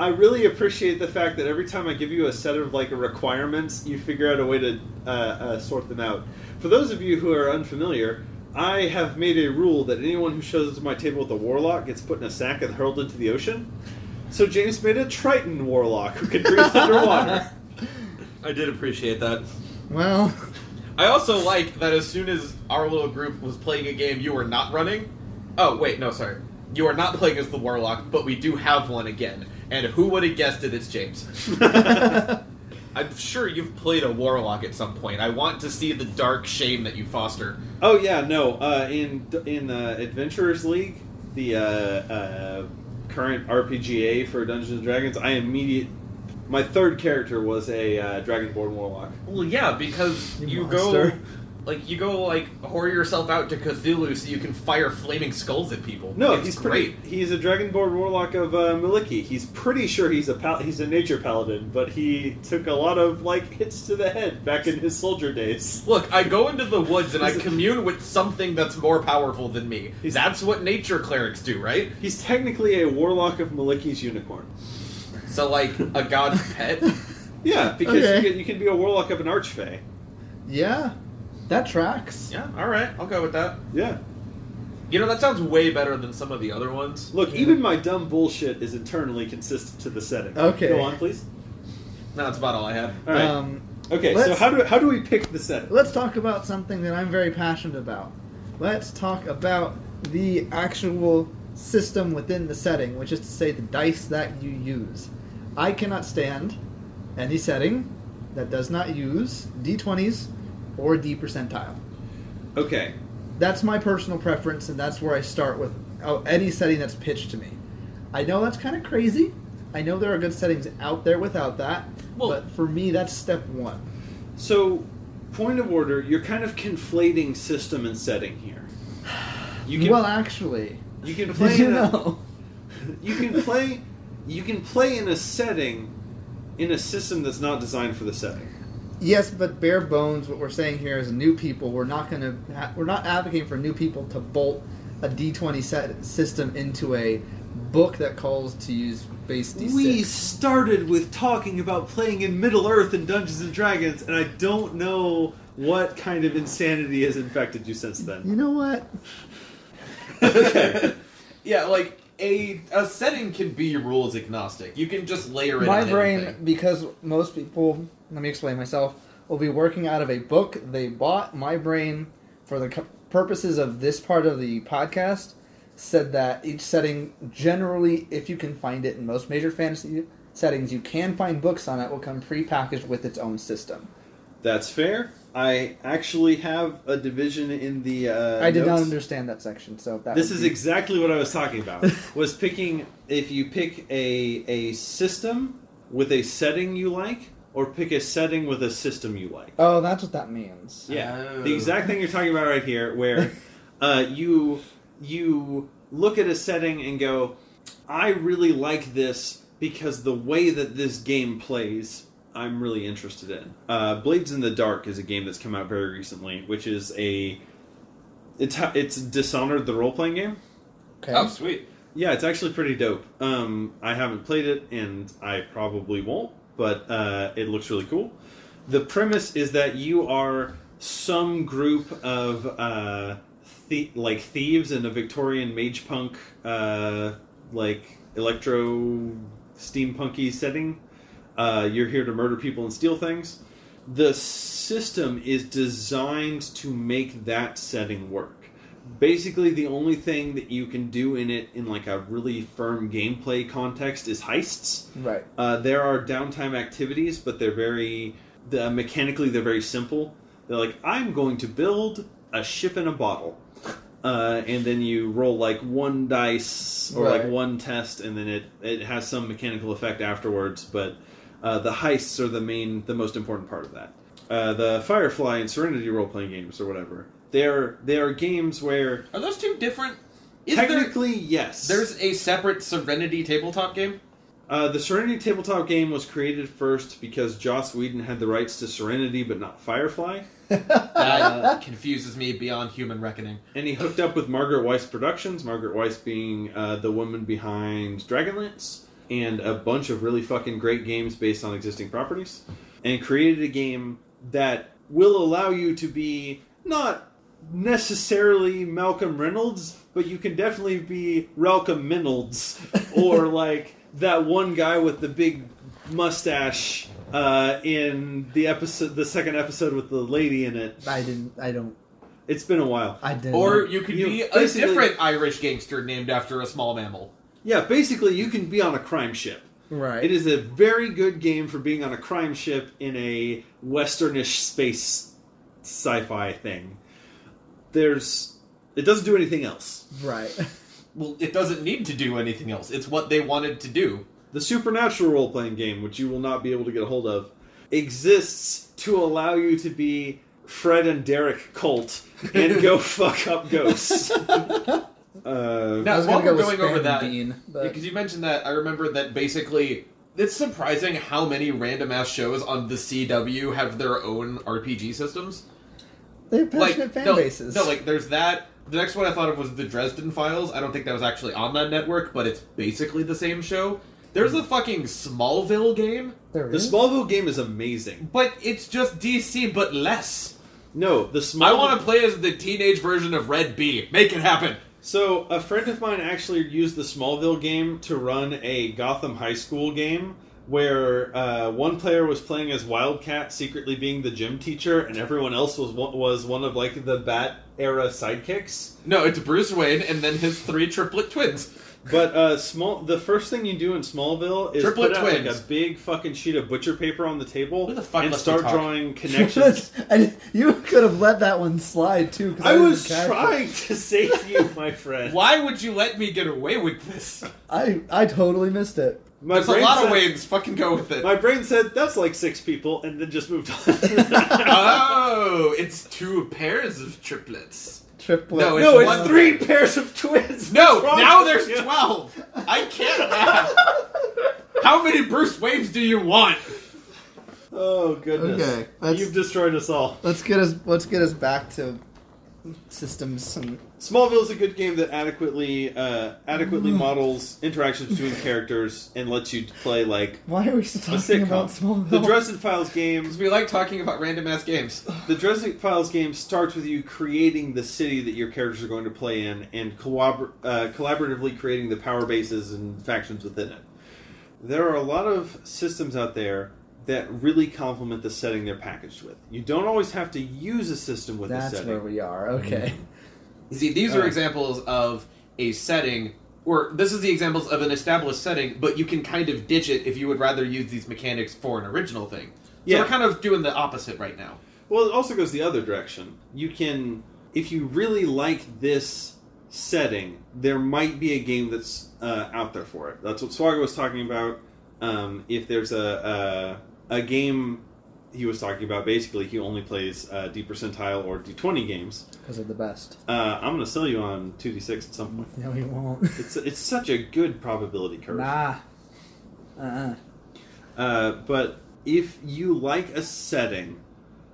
A: I really appreciate the fact that every time I give you a set of like requirements, you figure out a way to uh, uh, sort them out. For those of you who are unfamiliar, I have made a rule that anyone who shows up to my table with a warlock gets put in a sack and hurled into the ocean. So James made a Triton warlock who can breathe underwater.
C: I did appreciate that.
B: Well,
C: I also like that as soon as our little group was playing a game, you were not running. Oh, wait, no, sorry. You are not playing as the Warlock, but we do have one again. And who would have guessed it? It's James. I'm sure you've played a Warlock at some point. I want to see the dark shame that you foster.
A: Oh yeah, no. Uh, in in uh, Adventurers League, the uh, uh, current RPGA for Dungeons and Dragons, I immediate my third character was a uh, Dragonborn Warlock.
C: Well, yeah, because
B: You
C: you, go.
B: monster.
C: Like, you go, like, whore yourself out to Cthulhu so you can fire flaming skulls at people.
A: No,
C: it's
A: he's
C: great.
A: Pretty, he's a Dragonborn Warlock of uh, Maliki. He's pretty sure he's a pal- he's a nature paladin, but he took a lot of like hits to the head back in his soldier days.
C: Look, I go into the woods and I commune with something that's more powerful than me.
A: He's-
C: That's what nature clerics do, right?
A: He's technically a Warlock of Maliki's unicorn.
C: So, like, a god's pet?
A: Yeah, because
B: Okay.
A: you, can, you can be a Warlock of an Archfey.
B: yeah, that tracks.
C: Yeah, alright, I'll go with that.
A: Yeah.
C: You know, that sounds way better than some of the other ones.
A: Look, even my dumb bullshit is internally consistent to the setting.
B: Okay.
A: Go on, please.
C: No, that's about all I have.
A: All right.
B: Um,
A: okay, so
B: let's-
A: how do how do we pick the setting?
B: let's talk about something that I'm very passionate about. Let's talk about the actual system within the setting, which is to say the dice that you use. I cannot stand any setting that does not use d20s or d percentile.
A: Okay.
B: That's my personal preference, and that's where I start with oh, any setting that's pitched to me. I know that's kind of crazy. I know there are good settings out there without that,
C: Well-
B: but for me, that's step one.
A: So, point of order, you're kind of conflating system and setting here. You can
B: well, actually,
A: you can play
B: did you
A: in a-
B: know?
A: you can play you can play in a setting in a system that's not designed for the setting.
B: Yes, but bare bones. What we're saying here is new people. We're not going to. We're not advocating for new people to bolt a D twenty set system into a book that calls to use base D
A: We
B: six.
A: started with talking about playing in Middle Earth and Dungeons and Dragons, and I don't know what kind of insanity has infected you since then.
B: You know what?
E: Yeah, like a a setting can be rules agnostic. You can just layer it.
B: My
E: on
B: brain,
E: anything.
B: because most people, let me explain myself, will be working out of a book they bought. My brain, for the cu- purposes of this part of the podcast, said that each setting, generally, if you can find it in most major fantasy settings, you can find books on it, will come prepackaged with its own system.
A: That's fair. I actually have a division in the. Uh,
B: I did not
A: notes.
B: understand that section, so that
A: This
B: would
A: is
B: be-
A: exactly what I was talking about. was picking if you pick a a system with a setting you like, or pick a setting with a system you like.
B: oh, that's what that means.
A: Yeah,
C: Oh.
A: the exact thing you're talking about right here, where uh, you you look at a setting and go, I really like this because the way that this game plays, I'm really interested in. Uh, Blades in the Dark is a game that's come out very recently, which is a it's it's Dishonored the role playing game.
B: Okay.
C: Oh, sweet.
A: Yeah, it's actually pretty dope. Um, I haven't played it, and I probably won't, but uh, it looks really cool. The premise is that you are some group of uh, the- like thieves in a Victorian mage punk uh, like electro steampunky setting. Uh, you're here to murder people and steal things. The system is designed to make that setting work basically the only thing that you can do in it in like a really firm gameplay context is heists
B: Right.
A: uh, there are downtime activities but they're very the, mechanically they're very simple they're like i'm going to build a ship in a bottle uh, and then you roll like one dice or
B: Right.
A: like one test and then it, it has some mechanical effect afterwards but uh, the heists are the main the most important part of that uh, the firefly and serenity role-playing games or whatever they're they are games where
C: Are those two different? Is there,
A: Technically, yes.
C: there's a separate Serenity tabletop game?
A: uh, the Serenity tabletop game was created first because Joss Whedon had the rights to Serenity, but not Firefly,
C: That confuses me beyond human reckoning.
A: and he hooked up with Margaret Weiss Productions. Margaret Weiss being uh, the woman behind Dragonlance and a bunch of really fucking great games based on existing properties, and created a game that will allow you to be not necessarily Malcolm Reynolds, but you can definitely be Malcolm Reynolds or like that one guy with the big mustache uh, in the episode, the second episode with the lady in it.
B: I didn't. I don't.
A: It's been a while.
B: I didn't.
C: Or you could
A: You-
C: be a
A: basically-
C: different Irish gangster named after a small mammal.
A: Yeah, basically, you can be on a crime ship.
B: right.
A: It is a very good game for being on a crime ship in a westernish space sci-fi thing. There's, it doesn't do anything else.
B: right.
C: Well, it doesn't need to do anything else. It's what they wanted to do.
A: The supernatural role playing game, which you will not be able to get a hold of, exists to allow you to be Fred and Derek Colt and go fuck up ghosts. uh,
C: Now,
B: I was
C: while
B: gonna go
C: we're
B: with
C: going over
B: Spam
C: that,
B: Bean, but
C: because you mentioned that, I remember that basically it's surprising how many random ass shows on the CW have their own RPG systems.
B: they're passionate fan
C: no,
B: bases.
C: No, like there's that. The next one I thought of was the Dresden Files. I don't think that was actually on that network, but it's basically the same show. There's a fucking Smallville game,
B: There
A: the
B: is.
A: Smallville game is amazing.
C: but it's just DC but less.
A: No, the Smallville.
C: I want to play as the teenage version of Red B. Make it happen.
A: So a friend of mine actually used the Smallville game to run a Gotham High School game where uh, one player was playing as Wildcat, secretly being the gym teacher, and everyone else was one, was one of like the Bat era sidekicks.
C: No, it's Bruce Wayne and then his three triplet twins.
A: But uh, small, the first thing you do in Smallville is
C: Triplet
A: put out like
C: twins.
A: a big fucking sheet of butcher paper on the table
C: Who the fuck
A: and
C: lets
A: start
C: you talk?
A: drawing connections.
B: I- you could have let that one slide too. 'cause
A: I
B: didn't
A: was
B: catch it.
A: trying to save you, my friend.
C: Why would you let me get away with this?
B: I I totally missed it.
A: My
C: There's a
A: brain
C: lot of
A: said-
C: ways. Fucking go with it.
A: My brain said that's like six people, and then just moved on.
C: Oh, it's two pairs of triplets.
B: Triplet.
C: No,
A: No,
C: one-
A: it's three pairs of twins.
C: No,
A: What's wrong
C: now
A: with
C: there's
A: you?
C: 12. I can't laugh. How many Bruce Waynes do you want?
A: Oh goodness.
B: Okay, that's-
A: You've destroyed us all.
B: Let's get us. Let's get us back to systems and
A: Smallville's a good game that adequately uh, adequately
B: Mm.
A: models interactions between characters and lets you play like
B: why are we still
A: a
B: talking about small?
A: sitcom. The Dresden Files game.
C: Because we like talking about random ass games.
A: The Dresden Files game starts with you creating the city that your characters are going to play in and collabor- uh, collaboratively creating the power bases and factions within it. There are a lot of systems out there that really complement the setting they're packaged with. You don't always have to use a system with a
B: That's
A: setting. Mm-hmm.
B: where we are. Okay.
C: See, these are
A: Uh.
C: examples of a setting, or this is the examples of an established setting, but you can kind of ditch it if you would rather use these mechanics for an original thing. So
A: Yeah.
C: we're kind of doing the opposite right now.
A: Well, it also goes the other direction. You can, if you really like this setting, there might be a game that's uh, out there for it. That's what Swago was talking about. Um, if there's a, a a game he was talking about, basically he only plays uh, D percentile or D20 games.
B: because of the best.
A: Uh, I'm going to sell you on 2D6 at some point.
B: No, he won't.
A: It's it's such a good probability curve.
B: nah. Uh-uh.
A: Uh, but if you like a setting,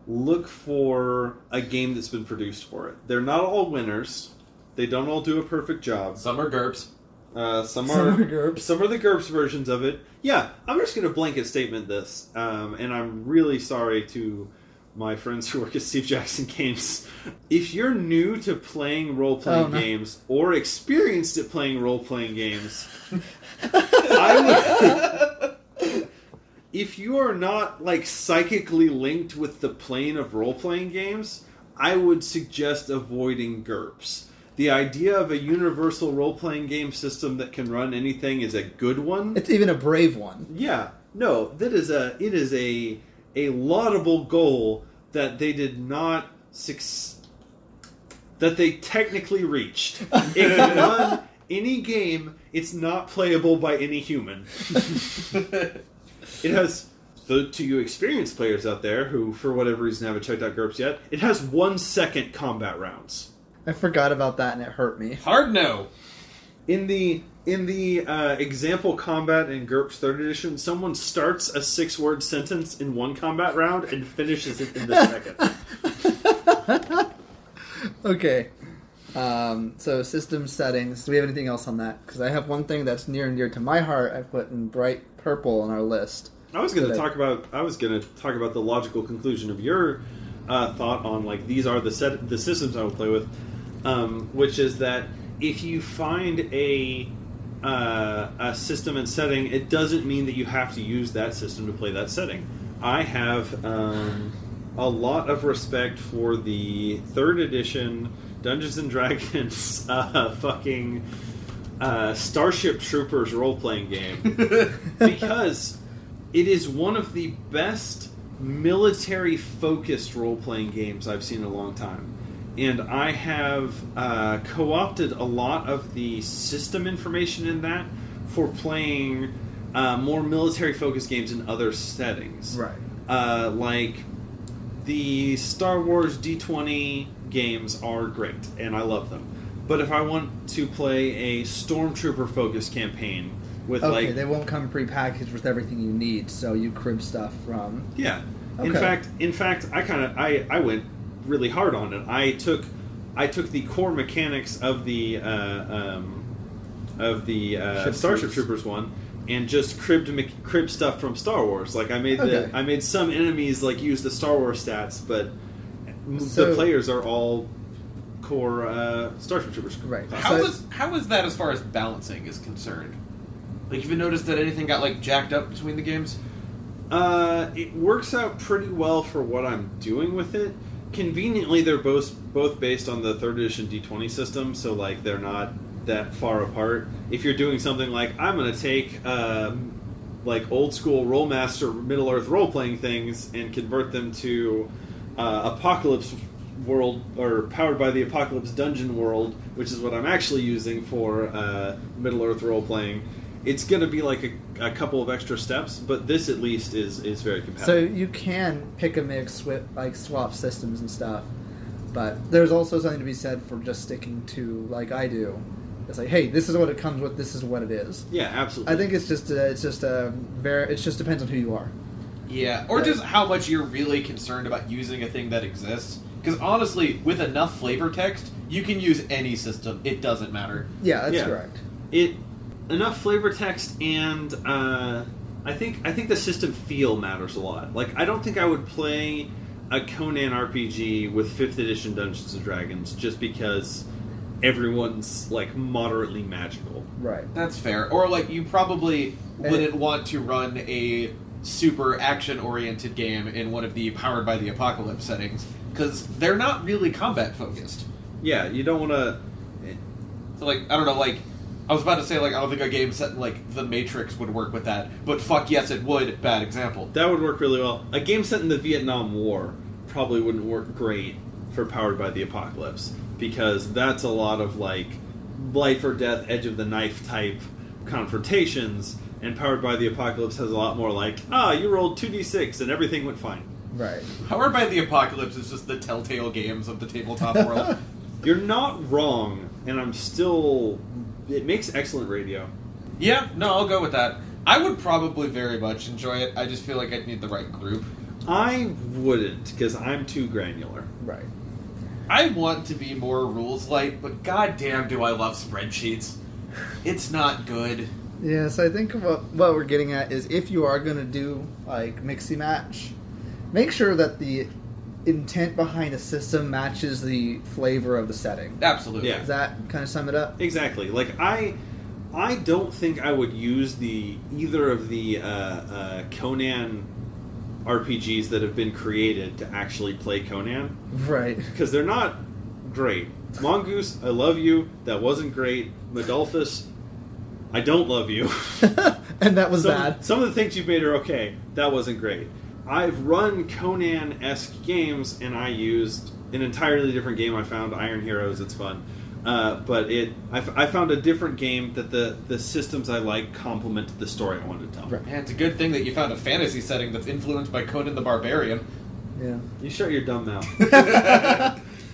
A: look for a game that's been produced for it. They're not all winners. They don't all do a perfect job.
C: Some are GURPS.
A: Uh, some
B: Some
A: are
B: are GURPS.
A: some are the GURPS versions of it. Yeah, I'm just going to blanket statement this, um, and I'm really sorry to my friends who work at Steve Jackson Games. If you're new to playing role playing
B: Oh, no.
A: games or experienced at playing role playing games, I would. If you are not like psychically linked with the plane of role playing games, I would suggest avoiding GURPS. The idea of a universal role playing game system that can run anything is a good one.
B: It's even a brave one.
A: Yeah, no, that is a it is a a laudable goal that they did not suc- that they technically reached. It can run any game. It's not playable by any human. It has the to you experienced players out there who, for whatever reason, haven't checked out GURPS yet. It has one second combat rounds.
B: I forgot about that and it hurt me.
C: Hard no.
A: In the in the uh, example combat in GURPS Third Edition, someone starts a six word sentence in one combat round and finishes it in the second.
B: Okay. Um, so system settings. Do we have anything else on that? Because I have one thing that's near and dear to my heart. I put in bright purple on our list.
A: I was going to
B: Good.
A: talk about I was going to talk about the logical conclusion of your uh, thought on like these are the set the systems I would play with, um, which is that if you find a uh, a system and setting, it doesn't mean that you have to use that system to play that setting. I have um, a lot of respect for the third edition Dungeons and Dragons uh, fucking uh, Starship Troopers role playing game because it is one of the best military focused role playing games I've seen in a long time. And I have uh, co opted a lot of the system information in that for playing uh, more military focused games in other settings. Uh, like the Star Wars D20 games are great, and I love them. But if I want to play a stormtrooper focused campaign with
B: Okay,
A: like
B: they won't come prepackaged with everything you need, so you crib stuff from.
A: Yeah. In
B: Okay.
A: fact, in fact, I kind of I, I went really hard on it. I took I took the core mechanics of the uh, um, of the uh,
B: Ship
A: Starship
B: Troopers.
A: Troopers one and just cribbed mech- cribbed stuff from Star Wars. Like I made
B: Okay.
A: the I made some enemies like use the Star Wars stats, but m- the
B: So-
A: players are all core uh, Starship Troopers.
B: Right.
A: class.
C: How
B: So-
C: was how is that as far as balancing is concerned? Like, have you noticed that anything got like jacked up between the games?
A: Uh, it works out pretty well for what I'm doing with it. Conveniently, they're both both based on the third edition D20 system, so like they're not that far apart. If you're doing something like I'm gonna take um, like old school Rollmaster Middle Earth role playing things and convert them to uh, Apocalypse World or powered by the Apocalypse Dungeon World, which is what I'm actually using for uh, Middle Earth role playing. It's going to be like a, a couple of extra steps, but this at least is is very
B: So
A: competitive.
B: you can pick a mix with like swap systems and stuff, but there's also something to be said for just sticking to like I do. It's like, hey, this is what it comes with. This is what it is.
A: yeah, absolutely.
B: I think it's just a, it's just a very it just depends on who you are.
C: Yeah, or just how much you're really concerned about using a thing that exists. Because honestly, with enough flavor text, you can use any system. It doesn't matter.
B: Yeah, that's
A: Yeah.
B: correct.
A: it enough flavor text and uh, I think I think the system feel matters a lot. Like I don't think I would play a Conan RPG with fifth edition Dungeons and Dragons just because everyone's like moderately magical.
B: Right.
C: That's fair. Or like, you probably
B: Eh.
C: wouldn't want to run a super action-oriented game in one of the powered by the apocalypse settings because they're not really combat focused.
A: Yeah, you don't want to.
C: So like, I don't know, like. I was about to say, like, I don't think a game set in, like, The Matrix would work with that, but fuck yes, it would. Bad example.
A: That would work really well. A game set in the Vietnam War probably wouldn't work great for Powered by the Apocalypse because that's a lot of like life or death, edge of the knife type confrontations. And Powered by the Apocalypse has a lot more like, ah, you rolled 2d6 and everything went fine.
B: Right.
D: Powered by the Apocalypse is just the telltale games of the tabletop world.
A: You're not wrong, and I'm still. It makes excellent radio.
C: Yeah, no, I'll go with that. I would probably very much enjoy it. I just feel like I'd need the right group.
A: I wouldn't, because I'm too granular.
B: Right.
C: I want to be more rules light, but goddamn, do I love spreadsheets. It's not good.
B: Yeah, so I think what, what we're getting at is if you are going to do like mixy match, make sure that the intent behind the system matches the flavor of the setting.
C: Absolutely.
A: Yeah.
B: Does that kind of sum it up?
A: Exactly. Like I, I don't think I would use the either of the uh, uh, Conan RPGs that have been created to actually play Conan
B: Right.
A: because they're not great. Mongoose, I love you. That wasn't great. Modolphus, I don't love you.
B: and that was
A: some,
B: bad.
A: Some of the things you've made are okay. That wasn't great. I've run Conan esque games, and I used an entirely different game. I found Iron Heroes. It's fun, uh, but it I, f- I found a different game that the the systems I like complement the story I wanted to tell.
B: Right.
C: Man, it's a good thing that you found a fantasy setting that's influenced by Conan the Barbarian.
B: Yeah.
A: You shut your dumb mouth.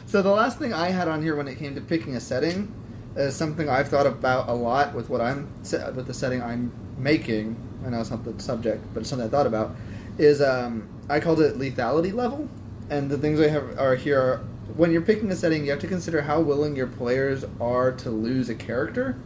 B: so the last thing I had on here when it came to picking a setting is something I've thought about a lot with what I'm se- with the setting I'm making. I know it's not the subject, but it's something I thought about. Is um, I called it lethality level, and the things I have are here. Are, when you're picking a setting, you have to consider how willing your players are to lose a character.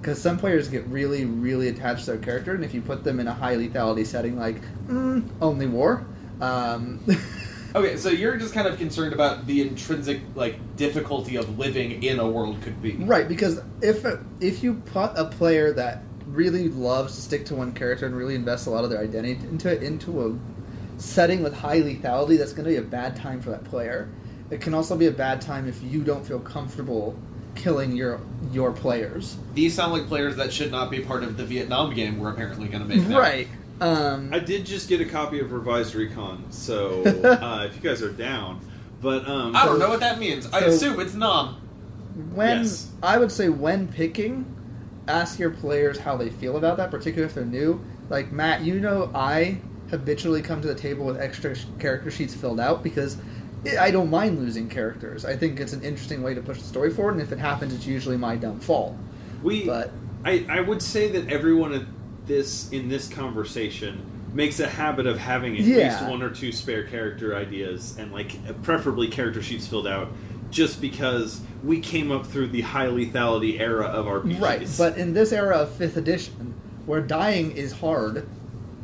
B: Because some players get really, really attached to their character, and if you put them in a high lethality setting like mm, only war, um,
C: Okay, so you're just kind of concerned about the intrinsic like difficulty of living in a world could be.
B: Right, because if if you put a player that really loves to stick to one character and really invests a lot of their identity into it into a setting with high lethality, that's going to be a bad time for that player. It can also be a bad time if you don't feel comfortable killing your your players.
C: These sound like players that should not be part of the Vietnam game we're apparently going to make. now.
B: Right. Um,
A: I did just get a copy of Revised Recon, so uh, if you guys are down, but um,
C: I don't know what that means. I
B: So-
C: assume it's nom.
B: when
A: Yes.
B: I would say when picking, ask your players how they feel about that, particularly if they're new. Like Matt, you know, I habitually come to the table with extra sh- character sheets filled out because i I don't mind losing characters. I think it's an interesting way to push the story forward, and if it happens, it's usually my dumb fault.
A: we
B: But
A: I, I would say that everyone at this in this conversation makes a habit of having at
B: Yeah.
A: least one or two spare character ideas and like preferably character sheets filled out just because we came up through the high lethality era of our
B: right, but in this era of fifth edition, where dying is hard,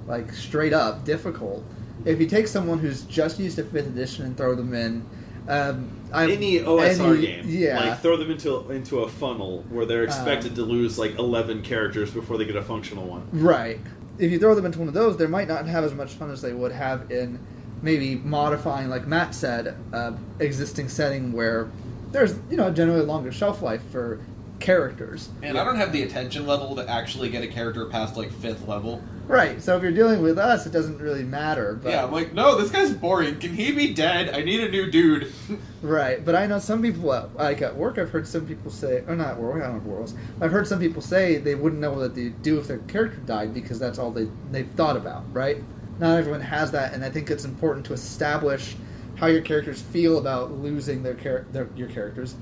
B: like straight up difficult, if you take someone who's just used to fifth edition and throw them in. Um, I,
A: any OSR
B: any-
A: game,
B: yeah,
A: like throw them into into a funnel where they're expected
B: Um,
A: to lose like eleven characters before they get a functional one.
B: Right. If you throw them into one of those, they might not have as much fun as they would have in maybe modifying, like Matt said, uh, existing setting where there's you know generally a longer shelf life for characters.
C: Man, I don't have the attention level to actually get a character past like fifth level.
B: Right. So if you're dealing with us, it doesn't really matter. But,
C: Yeah, I'm like, no, this guy's boring. Can he be dead? I need a new dude.
B: Right, but I know some people at, like at work. I've heard some people say, or not at work. I don't know what work I've heard some people say they wouldn't know what to do if their character died because that's all they they've thought about. Right? Not everyone has that, and I think it's important to establish how your characters feel about losing their, char- their your characters,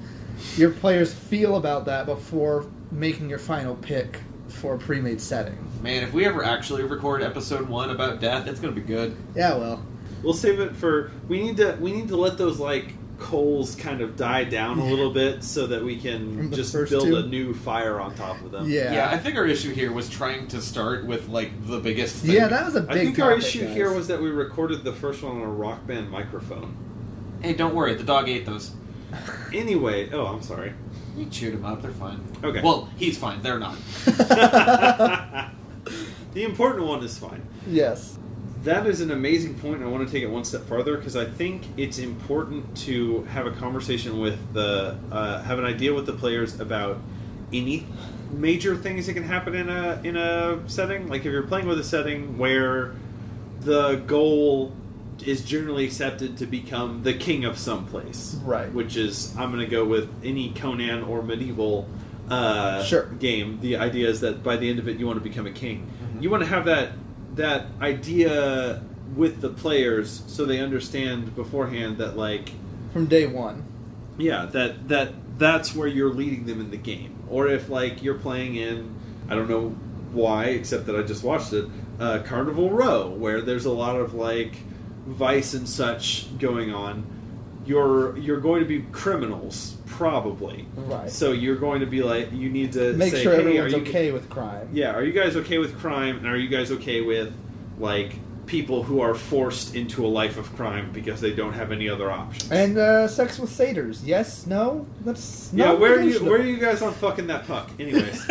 B: your players feel about that before making your final pick for a pre-made setting.
C: Man, if we ever actually record episode one about death, it's gonna be good.
B: Yeah, well,
A: We'll save it for we need to we need to let those like coals kind of die down a little bit so that we
B: From
A: can
B: the
A: just build
B: first two?
A: a new fire on top of them.
B: yeah,
C: Yeah. I think our issue here was trying to start with like the biggest. Thing.
B: Yeah, that was a big.
A: I think our
B: topic,
A: issue
B: guys.
A: here was that we recorded the first one on a rock band microphone.
C: Hey, don't worry, the dog ate those.
A: Anyway, oh, I'm sorry.
C: You chewed him up. They're fine.
A: Okay.
C: Well, he's fine. They're not.
A: the important one is fine.
B: yes.
A: That is an amazing point, and I want to take it one step farther because I think it's important to have a conversation with the, uh, have an idea with the players about any major things that can happen in a in a setting. Like if you're playing with a setting where the goal is generally accepted to become the king of some place.
B: Right.
A: Which is, I'm going to go with any Conan or medieval uh,
B: Sure.
A: game. The idea is that by the end of it, you want to become a king. You want to have that that idea with the players so they understand beforehand that like
B: From day one.
A: yeah that that that's where you're leading them in the game or if like you're playing in i don't know why except that i just watched it uh, carnival row where there's a lot of like vice and such going on you're you're going to be criminals probably
B: Right.
A: so you're going to be like you need to
B: Make
A: say,
B: sure
A: hey, are
B: everyone's
A: you
B: okay with crime.
A: yeah are you guys okay with crime and are you guys okay with like people who are forced into a life of crime because they don't have any other options
B: And uh, sex with satyrs. Yes, no? That's
A: Yeah,
B: not
A: where are you?
B: negotiable.
A: Where are you guys on fucking that puck? Anyways,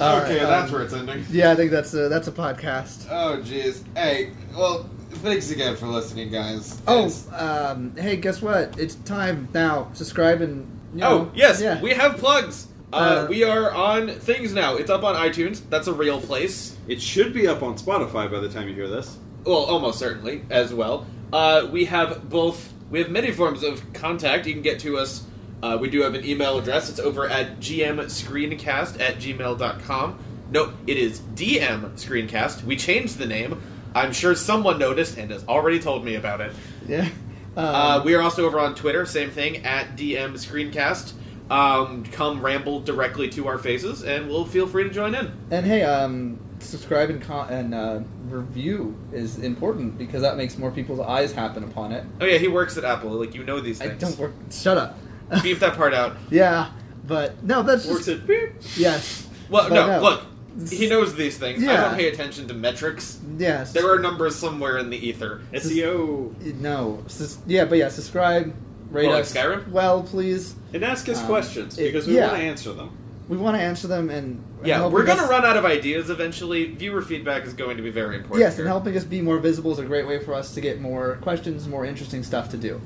B: All right,
F: okay,
B: um,
F: that's where it's ending.
B: Yeah, I think that's a, that's a podcast.
F: Oh, jeez. Hey, well, thanks again for listening, guys.
B: Oh,
F: It's-
B: um, hey, guess what? It's time now. Subscribe and. You
C: Oh,
B: know,
C: yes,
B: Yeah.
C: we have plugs. Uh,
B: Uh,
C: we are on things now. It's up on iTunes. That's a real place.
A: it should be up on Spotify by the time you hear this.
C: Well, almost certainly as well. Uh, we have both. We have many forms of contact. You can get to us. Uh, we do have an email address. It's over at gmscreencast at gmail.com. No, it is DM Screencast. We changed the name. I'm sure someone noticed and has already told me about it.
B: Yeah. Um,
C: Uh, we are also over on Twitter, same thing, at DM Screencast. Um, come ramble directly to our faces, and we'll feel free to join in.
B: and hey, um, subscribe and con- and uh, review is important because that makes more people's eyes happen upon it.
C: Oh yeah, he works at Apple. Like you know these
B: I
C: things.
B: don't work. Shut up.
C: Beef that part out.
B: yeah, but no, that's
A: Works
B: just
A: at beep.
B: yes,
C: Well,
B: But
C: no,
B: no.
C: look, he knows these things. I
B: Yeah.
C: don't pay attention to metrics.
B: yes.
C: There are numbers somewhere in the ether.
A: E SEO
B: no, sus- yeah, but yeah, subscribe, rate
C: Well, Oh, like
B: us
C: Skyrim?
B: well, please.
A: and ask us
B: Um,
A: questions
B: it-
A: because we
B: yeah.
A: want to answer them.
B: We want to answer them and and
C: Yeah,
B: helping
C: we're gonna
B: us-
C: run out of ideas eventually. Viewer feedback is going to be very important.
B: Yes,
C: here.
B: and helping us be more visible is a great way for us to get more questions, more interesting stuff to do.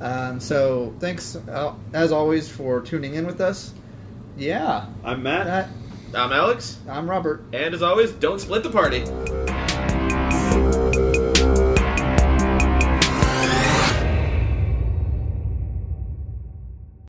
B: Um, so thanks uh, as always for tuning in with us. Yeah,
A: I'm Matt.
B: that,
C: I'm Alex,
B: I'm Robert.
C: and as always, don't split the party.